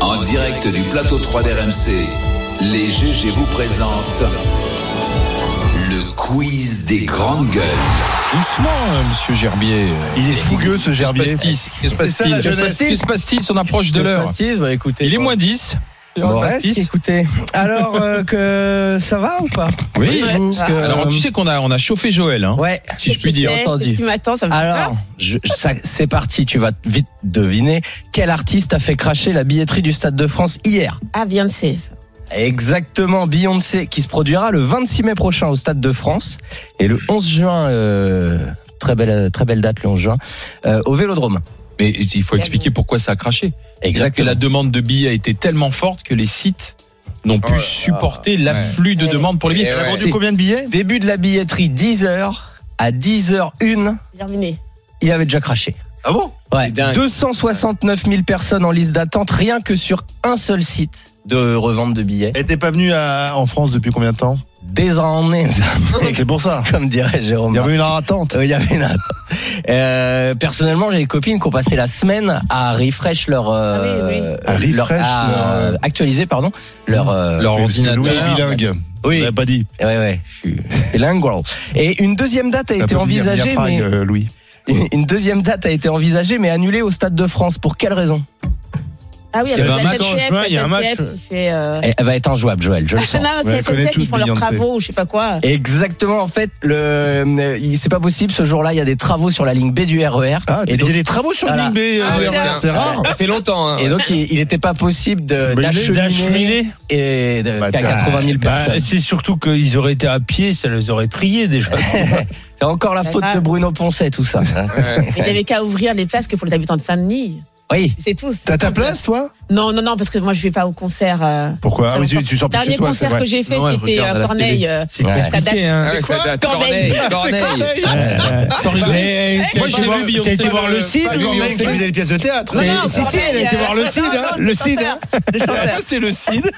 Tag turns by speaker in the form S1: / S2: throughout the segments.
S1: En direct du plateau 3 d'RMC, les GG vous présentent le quiz des grandes gueules.
S2: Doucement, euh, monsieur Gerbier.
S3: Il est fougueux ce Gerbier.
S2: Qu'est-ce qui se
S3: C'est ça,
S2: passe-t-il
S3: la
S2: Qu'est-ce qui se
S3: jeunesse.
S2: passe-t-il Qu'est-ce qui se passe-t-il si on approche de
S3: Que se
S2: l'heure
S3: passe-t-il Bah écoutez.
S2: Il est moins 10. Il est
S3: Bon,
S2: moins
S3: reste,
S2: 10.
S3: écoutez. Alors, euh, que ça va ou pas
S2: Oui.
S3: Parce que-
S2: Alors tu sais qu'on a, on a chauffé Joël, hein,
S3: Euh, Ouais.
S2: si je puis dire.
S3: entendu.
S4: Tu m'attends, ça me fait peur.
S3: Alors, je- je- ça- c'est parti, tu vas vite deviner. Quel artiste a fait cracher la billetterie du Stade de France hier
S4: Ah, bien de c'est.
S3: Exactement, Beyoncé, qui se produira le 26 mai prochain au Stade de France et le 11 juin, euh, très, belle, très belle date le 11 juin, euh, au Vélodrome.
S2: Mais il faut expliquer pourquoi ça a craché. C'est-à-dire que la demande de billets a été tellement forte que les sites n'ont pu supporter l'afflux de
S4: Ouais.
S2: demandes pour les billets.
S5: Elle a vendu
S2: C'est-
S5: combien de billets
S3: Début de la billetterie 10h à 10h01,
S4: Terminé.
S3: il avait déjà craché.
S5: Ah bon
S3: Ouais,
S5: C'est dingue.
S3: 269 000 personnes en liste d'attente, rien que sur un seul site de revente de billets.
S5: Elle était pas venue à- en France depuis combien de temps
S3: Des en est,
S5: Ah, C'est pour ça.
S3: comme dirait Jérôme.
S5: Il y avait une attente.
S3: Euh, il y avait une attente. Euh, personnellement, j'ai des copines qui ont passé la semaine à refresh leur, euh,
S4: Ah oui, oui.
S5: À refresh
S3: leur- à,
S5: leur-
S3: euh, actualiser pardon leur euh,
S2: Leur
S5: Oui, parce que Louis est
S2: ordinateur.
S5: bilingue.
S3: oui
S5: On l'a pas dit.
S3: ouais ouais je suis bilingue, gros. et une deuxième date a
S5: T'as
S3: été
S5: pas oublié
S3: envisagée
S5: Mia
S3: mais
S5: Frag, euh, Louis.
S3: une deuxième date a été envisagée mais annulée au stade de France pour quelle raison
S4: Ah oui,
S2: Il y
S4: alors,
S2: avait un match en
S4: SNCF,
S2: juin, il y a un
S4: SNCF, qui fait. euh,
S3: elle, elle va être injouable Joël je le sens
S4: non,
S5: Ouais,
S4: c'est
S5: elle connaît
S4: SNCF qui
S5: tous
S4: font leurs
S5: Beyoncé.
S4: travaux ou je sais pas quoi.
S3: Exactement, en fait, le, euh, il- c'est pas possible. Ce jour-là, il y a des travaux sur la ligne B du RER.
S5: Ah,
S3: et,
S5: il y
S3: donc,
S5: a des travaux sur
S3: Voilà.
S5: l'île B. euh,
S4: Ah,
S5: Léon,
S4: ouais,
S5: C'est rare.
S6: Ça fait longtemps. Hein.
S3: et donc, il n'était pas possible de,
S5: Bonne idée.
S3: d'acheminer et de-
S5: Bah,
S3: qu'à 80 000
S7: Bah,
S3: personnes.
S7: c'est surtout qu'ils auraient été à pied, ça les aurait triés déjà.
S3: c'est encore la
S4: Bah,
S3: faute
S4: grave.
S3: de Bruno Poncet, tout ça.
S6: Ouais.
S4: Il n'y avait qu'à ouvrir les places que pour les habitants de Saint-Denis.
S3: oui.
S4: C'est tout.
S5: T'as ta place, toi
S4: Non, non, non, parce que moi, je vais pas au concert. euh,
S5: Pourquoi Ah oui,
S4: Alors,
S5: tu, tu sors plus de
S4: Dernier
S5: chez toi, c'est
S4: concert
S5: vrai.
S4: que j'ai fait,
S2: Non, elle
S4: c'était
S2: regarde
S4: euh,
S2: à la
S4: Corneille. euh,
S7: C'est
S3: Ouais.
S4: Ça date.
S7: compliqué, hein.
S6: Ah ouais, ça date.
S4: Corneille.
S6: Corneille. Corneille.
S5: Ah,
S2: Sans rigoler.
S7: Mais, eh,
S2: Moi,
S7: t'as
S2: j'ai
S7: été voir-
S2: vu Beyoncé.
S7: T'as été voir le site
S5: Pas
S6: Oui,
S5: quand
S6: mais
S5: même
S6: on
S5: que
S6: sait.
S5: vous avez une pièce de théâtre.
S7: Mais
S4: non,
S7: si, si,
S4: Corneille,
S7: elle a été
S4: euh,
S7: voir le CID, hein.
S4: chanteur,
S7: Le CID, hein.
S4: Le chanteur.
S5: C'était le CID.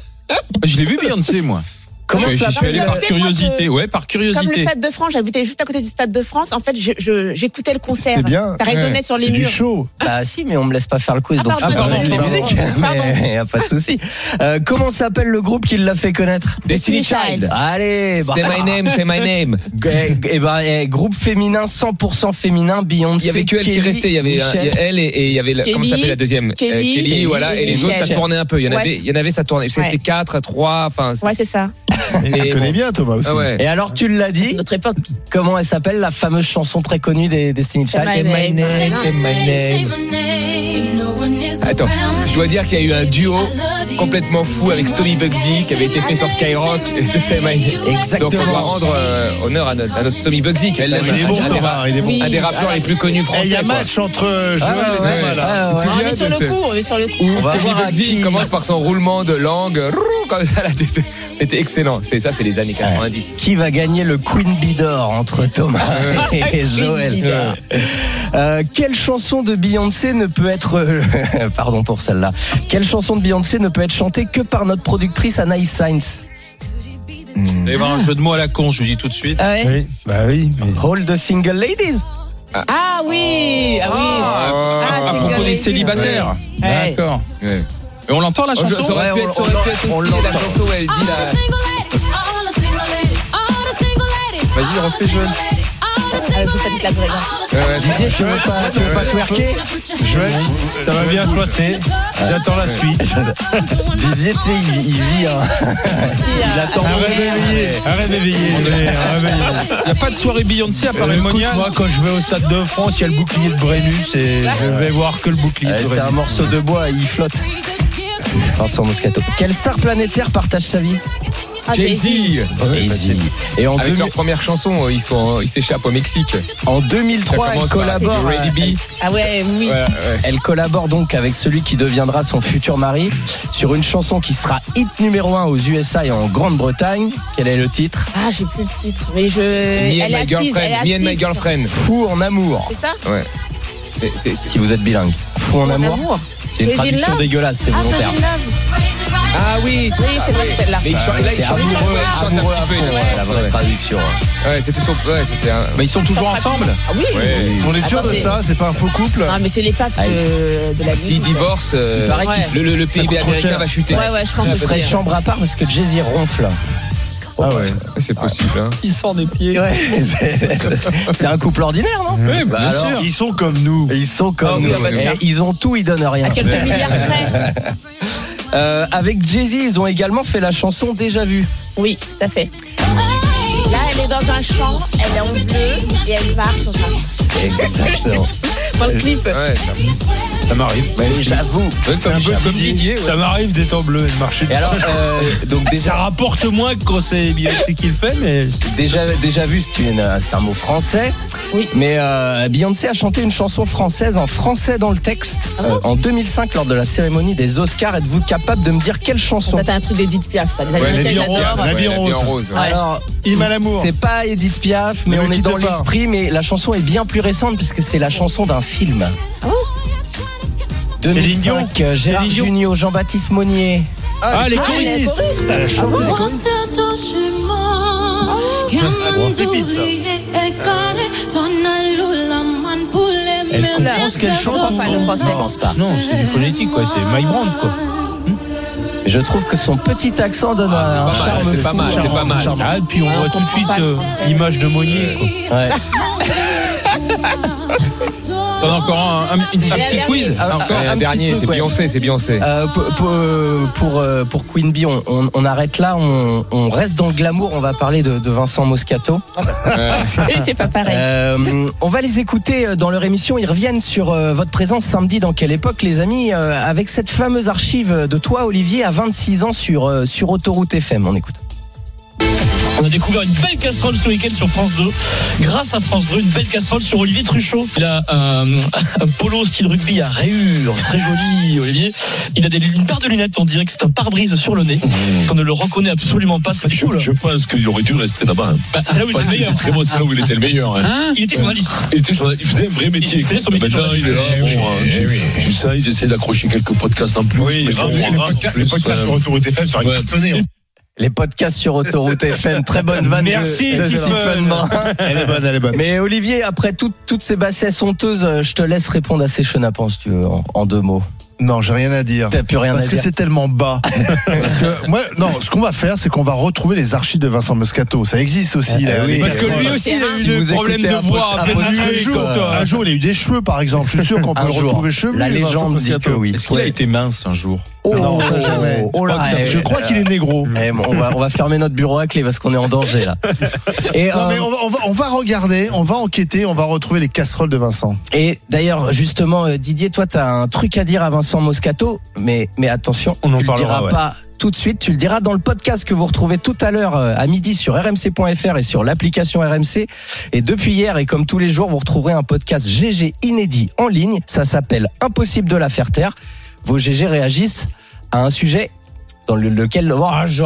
S2: Je l'ai vu Beyoncé moi.
S3: Comment
S2: je,
S3: ça
S2: je suis allé
S4: s'appelle
S2: par
S4: C'est moi
S2: curiosité. Ouais, par
S4: Comme le
S2: curiosité.
S4: Stade de France, j'habitais juste à côté du Stade de France. En fait, je- je- j'écoutais le concert.
S5: C'est bien.
S4: Ça résonnait sur les
S5: C'est du
S4: murs.
S5: show.
S3: Bah si, mais on me laisse pas faire le quiz,
S4: Ah,
S3: donc
S4: pardon,
S3: je peux
S2: pardon,
S3: pas mettre les
S2: pardon,
S3: musiques.
S4: pardon.
S3: Mais y a pas de souci. Euh, comment s'appelle le groupe qui l'a fait connaître
S6: Destiny Child.
S3: Allez, bah,
S6: C'est my name, c'est my name.
S3: et ben, eh, groupe féminin 100% féminin, Beyoncé.
S6: Il y avait que elle qui
S3: Kelly,
S6: restait. Il y avait,
S3: Michel.
S6: il y a elle et, et il y avait la, comment
S4: Kelly,
S6: s'appelle la deuxième
S4: Kelly,
S6: Euh,
S4: Kelly,
S6: voilà. Et les autres, ça
S4: Michel.
S6: tournait un peu. Il y en
S4: Ouais.
S6: avait, il y en avait, ça tournait.
S4: Ouais.
S6: C'était quatre, trois. Enfin,
S4: Ouais, c'est ça.
S5: Tu
S6: et
S5: connais
S6: bon.
S5: bien, Thomas aussi.
S6: Ah ouais.
S3: Et alors tu l'as
S4: C'est
S3: dit,
S4: notre époque.
S3: comment elle s'appelle la fameuse chanson très connue des Destiny Child
S4: My
S6: My
S4: name.
S6: name,
S4: Non.
S6: c'est my name. Attends, je dois dire qu'il y a eu un duo complètement fou avec Stony Bugsy qui avait été fait sur Skyrock et c'était C'est my name.
S3: Exactement.
S6: Donc on doit rendre euh, honneur à notre, à notre Stony Bugsy qui est l'un
S5: Il est
S6: des-
S5: bon,
S6: un des ra-
S5: Thomas. Il est bon.
S6: un des rappeurs les plus connus
S5: Eh,
S6: français.
S5: Il y a
S6: quoi.
S5: match entre euh,
S3: Ah,
S5: Joël et
S3: ouais,
S5: Thomas, là.
S3: ouais, ouais.
S4: Ah, on est sur le coup, on est sur le coup.
S3: On va voir à
S6: Bugsy
S3: qui-
S6: commence par son roulement de langue. roux, Comme ça, là, tu sais. c'était excellent. C'est ça, c'est les années 90.
S3: Qui va gagner le Queen Bee d'or entre Thomas et
S4: Bee
S3: Joël
S4: d'or.
S3: Euh, Quelle chanson de Beyoncé ne peut être euh, pardon pour celle-là Quelle chanson de Beyoncé ne peut être chantée que par notre productrice Anaïs Sainz
S2: Il va y avoir un jeu de mots à la con. Je vous dis tout de suite.
S4: Ah, ouais.
S7: Oui, bah oui. mais-
S3: Hold the single ladies.
S4: Ah oui,
S2: à
S4: ah oui. Ah, c'est
S2: propos
S4: galère.
S2: des célibataires.
S4: Ouais.
S2: D'accord.
S6: Ouais.
S2: Et on l'entend la
S6: Oh, je-
S2: chanson. Ah,
S6: ça aurait pu
S3: Ouais,
S6: être, ça
S3: on-
S6: aurait
S3: on-
S6: pu être
S3: on
S6: aussi la
S3: l'entend.
S6: chanson où elle dit la.
S8: Vas-y, refais Joël.
S4: Euh, vous faites la vraie, hein.
S6: Ouais, ouais,
S3: Didier, tu veux pas, tu veux pas twerker
S5: Joël,
S7: Ça va bien se passer. J'attends la suite.
S3: Didier, tu sais, il, il vit. hein.
S4: Ah,
S3: Ah il attend.
S7: Un rêve éveillé. Un rêve éveillé. ouais, un rêve éveillé.
S2: Il n'y a pas de soirée
S3: Ah,
S2: Beyoncé à
S7: Euh,
S2: Paris
S7: écoute,
S2: Monial.
S7: moi, quand je vais au stade de France, il y a le bouclier de Brennus et je vais voir que le bouclier
S6: Eh,
S7: de
S3: Ouais, C'est un
S7: Brennus.
S3: morceau de bois, il flotte. Vincent Moscato. Quelle star planétaire partage sa vie
S4: Ah, Jay-Z.
S6: Jay-Z.
S3: Easy. Et en,
S6: Avec
S3: deux-
S6: leur première chanson, euh, ils sont, ils s'échappent au Mexique.
S3: en
S6: Ça
S3: 2003, elle
S6: commence par
S3: collabore,
S6: You Ready Bee.
S4: Ah ouais, oui.
S6: Voilà, ouais.
S3: elle collabore donc avec celui qui deviendra son futur mari sur une chanson qui sera hit numéro 1 aux USA et en Grande-Bretagne. Quel est le titre
S4: Ah, j'ai plus le titre, mais je.
S6: Me and
S4: elle est
S6: my
S4: assise, elle est
S6: girlfriend. Me and my
S4: assise.
S6: girlfriend.
S3: Fou en amour.
S4: C'est ça
S6: Ouais. C'est- c'est- c'est-
S3: Si vous êtes bilingue. Fou en
S4: Mon
S3: amour
S4: amour.
S3: C'est une
S4: Crazy
S3: traduction
S4: Love.
S3: dégueulasse, c'est
S4: Ah,
S3: volontaire.
S4: Crazy Love.
S6: Ah oui, c'est
S4: Oui, c'est vrai que celle-là.
S6: Mais il chante, là, il
S3: C'est
S6: chante, il chante,
S3: amoureux,
S6: ouais, il chante
S3: amoureux
S6: un
S3: à
S6: petit peu.
S3: fond, ouais,
S6: Ouais,
S3: la vraie traduction. hein.
S6: ouais c'était son. Ouais, c'était un.
S2: Mais ils sont toujours ensemble
S4: Ah oui.
S5: On est sûr de
S4: Attendez. Ah,
S5: ça, c'est pas un faux couple.
S4: Non, mais c'est les papes
S3: Allez.
S4: de, de la
S6: S'il
S4: musique.
S6: divorce, euh,
S3: Il paraît
S4: qu'il-
S6: le, le, le PIB
S3: coûte trop
S6: américain
S3: cher.
S6: va chuter.
S4: Ouais, ouais, je pense hein. que
S6: Ah,
S3: Ferait
S4: c'est-
S3: chambre à part parce que Jay-Z ronfle.
S5: Ah ouais.
S6: Ouais, C'est possible. Hein.
S2: Ils sortent des pieds.
S3: Ouais, c'est- c'est un couple ordinaire, non
S2: Oui, bah,
S3: Bah
S2: bien
S3: alors.
S2: sûr.
S5: Ils sont comme nous.
S3: Ils sont
S6: Ah
S3: comme
S6: oui,
S3: nous.
S6: on va
S3: Et
S6: dire.
S3: Ils ont tout, ils donnent rien.
S4: À quelques milliards près.
S3: Euh, avec Jay-Z, ils ont également fait la chanson Déjà Vu.
S4: Oui, tout à fait. Là, elle est dans un champ, elle est en deux et elle part sur ça.
S3: Exactement.
S4: Dans le clip.
S6: Ouais, ça-
S7: Ça m'arrive.
S3: J'avoue.
S6: ouais, comme, comme Didier. ouais.
S7: Ça m'arrive d'être en bleu et de marcher.
S3: Et alors, euh, donc
S7: Ça
S3: déjà,
S7: rapporte moins que quand c'est Beyoncé qui le fait, mais
S3: déjà, déjà vu, c'est une- euh, c'est un mot français.
S4: Oui.
S3: Mais euh, Beyoncé a chanté une chanson française en français dans le texte
S6: Ah
S3: euh, en 2005 lors de la cérémonie des Oscars. Êtes-vous capable de me dire quelle chanson
S4: Ça, t'as un truc d'Edith Piaf, ça. Les
S6: Ouais,
S4: Américains,
S5: les
S4: ils
S5: Biros.
S4: adorent.
S5: La vie en
S6: vie
S5: rose.
S6: rose. ouais.
S3: Alors,
S5: Hymne à l'amour.
S3: C'est pas Edith Piaf, mais
S5: Ne me
S3: on est
S5: quitte
S3: dans
S5: pas.
S3: l'esprit. Mais la chanson est bien plus récente puisque c'est la chanson d'un film.
S7: Céline Dion
S3: 2005, euh, Gérard
S7: Céline Dion
S3: Jugnot, Jean-Baptiste Monnier.
S7: Ah, les
S4: Ah, les
S7: choristes
S4: choristes.
S7: T'as la chance.
S8: Elle comprend ce qu'elle chante
S4: Enfin, le français.
S8: Non,
S2: Ah,
S3: pas.
S7: Non, c'est du phonétique, quoi. C'est My Brand, quoi.
S3: Je trouve que son petit accent donne un
S6: Ah, c'est pas mal,
S3: charme.
S6: c'est pas
S3: fou.
S6: mal, c'est pas mal.
S7: Ah, et puis on voit tout de suite euh, l'image de Monnier, quoi.
S3: Ouais.
S2: T'en as encore un, un- une- un
S4: J'ai
S2: petit
S4: un
S2: quiz
S3: dernier.
S2: Encore
S3: Un-
S6: Ouais,
S3: un
S6: Ah, un
S3: petit
S6: dernier,
S3: truc,
S6: c'est
S3: ouais.
S6: Beyoncé, c'est Beyoncé.
S3: Euh, pour, pour, euh, pour, euh, pour Queen Bee, on, on- on arrête là, on, on reste dans le glamour. On va parler de, de Vincent Moscato.
S4: Oui, c'est pas pareil.
S3: Euh, on va les écouter euh, dans leur émission. Ils reviennent sur euh, votre présence samedi dans quelle époque, les amis, euh, avec cette fameuse archive de toi, Olivier, à 26 ans sur, euh, sur Autoroute FM. On écoute.
S9: On a découvert une belle casserole ce week-end sur France 2, grâce à France 2, une belle casserole sur Olivier Truchot. Il a euh, un polo style rugby à rayures, très joli, Olivier. Il a des, une paire de lunettes, on dirait que c'est un pare-brise sur le nez.
S6: Mmh.
S9: On ne le reconnaît absolument pas, c'est chaud là.
S10: Je pense qu'il aurait dû rester là-bas.
S9: Bah, c'est là où il est le
S11: Ah,
S9: meilleur.
S10: Très bon, c'est là où il était le meilleur. hein.
S6: Ah,
S9: Il était journaliste.
S10: Il, était journaliste, il faisait un vrai métier.
S9: Il faisait son métier de
S10: Maintenant, il est là.
S11: Eh
S9: journaliste.
S10: Bon, hein, tu- Tu sais, ils essaient d'accrocher quelques podcasts en plus. Oui,
S11: Les podcasts sur Retour au TFM, ça aurait
S10: Ouais.
S11: cartonné.
S5: hein.
S3: Les podcasts sur Autoroute FM. Très bonne vanne de-
S7: Merci,
S3: de,
S7: Stephen.
S3: Stephen Brun.
S5: Elle est bonne, elle est bonne.
S3: Mais Olivier, après toutes- toutes ces bassesses honteuses, euh, je te laisse répondre à ces chenapans, si tu veux, en, en deux mots.
S5: Non, j'ai rien à dire.
S3: T'as plus rien
S5: Parce
S3: à
S5: que
S3: dire.
S5: c'est tellement bas. Parce que moi, non, ce qu'on va faire, c'est qu'on va retrouver les archives de Vincent Moscato. Ça existe aussi. là,
S3: oui,
S5: les
S7: Parce que
S5: casseroles.
S7: lui aussi, il a eu
S3: Si
S7: le
S3: vous
S7: problème
S3: écoutez
S7: de
S3: un
S7: voix
S3: pod-
S7: après
S3: un
S7: lui,
S5: un jour,
S7: quoi.
S9: Ah,
S5: un jour, il a eu des cheveux, par exemple. Je suis sûr qu'on euh, peut
S3: Un
S5: le
S3: jour.
S5: retrouver cheveux.
S3: La légende dit que oui.
S2: Est-ce qu'il a été mince un jour
S3: Oh,
S5: Non, ça jamais.
S3: oh là, eh,
S5: je crois qu'il est négro.
S3: eh, bon, on, va, on va fermer notre bureau à clé parce qu'on est en danger là. Et,
S5: Non, mais
S3: euh,
S5: on va, on va- on va regarder, on va enquêter, on va retrouver les casseroles de Vincent.
S3: Et d'ailleurs, justement, euh, Didier, toi, t'as un truc à dire à Vincent Moscato, mais, mais attention,
S7: On en
S3: tu le
S7: parlera,
S3: diras
S7: ouais.
S3: pas tout de suite, tu le diras dans le podcast que vous retrouvez tout à l'heure euh, à midi sur rmc.fr et sur l'application RMC. Et depuis hier, et comme tous les jours, vous retrouverez un podcast GG inédit en ligne, ça s'appelle Impossible de la faire taire. Vos GG réagissent à un sujet dans le- lequel oh, je,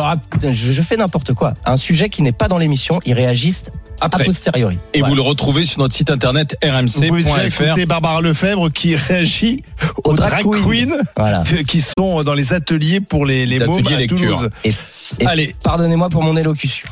S3: je- je fais n'importe quoi, un sujet qui n'est pas dans l'émission, ils réagissent a
S2: Après.
S3: posteriori.
S2: Et
S3: Voilà.
S2: vous le retrouvez sur notre site internet
S5: Vous pouvez déjà
S2: rmc.fr.
S5: écouter Barbara Lefebvre qui réagit
S3: Au
S5: aux
S3: drag
S5: drag
S3: queen.
S5: queens
S3: Voilà.
S5: que- qui sont dans les ateliers pour les, les
S2: Les
S5: mômes
S2: ateliers
S5: à
S2: lecture.
S5: Toulouse.
S3: Et
S2: Allez.
S3: pardonnez-moi pour mon élocution.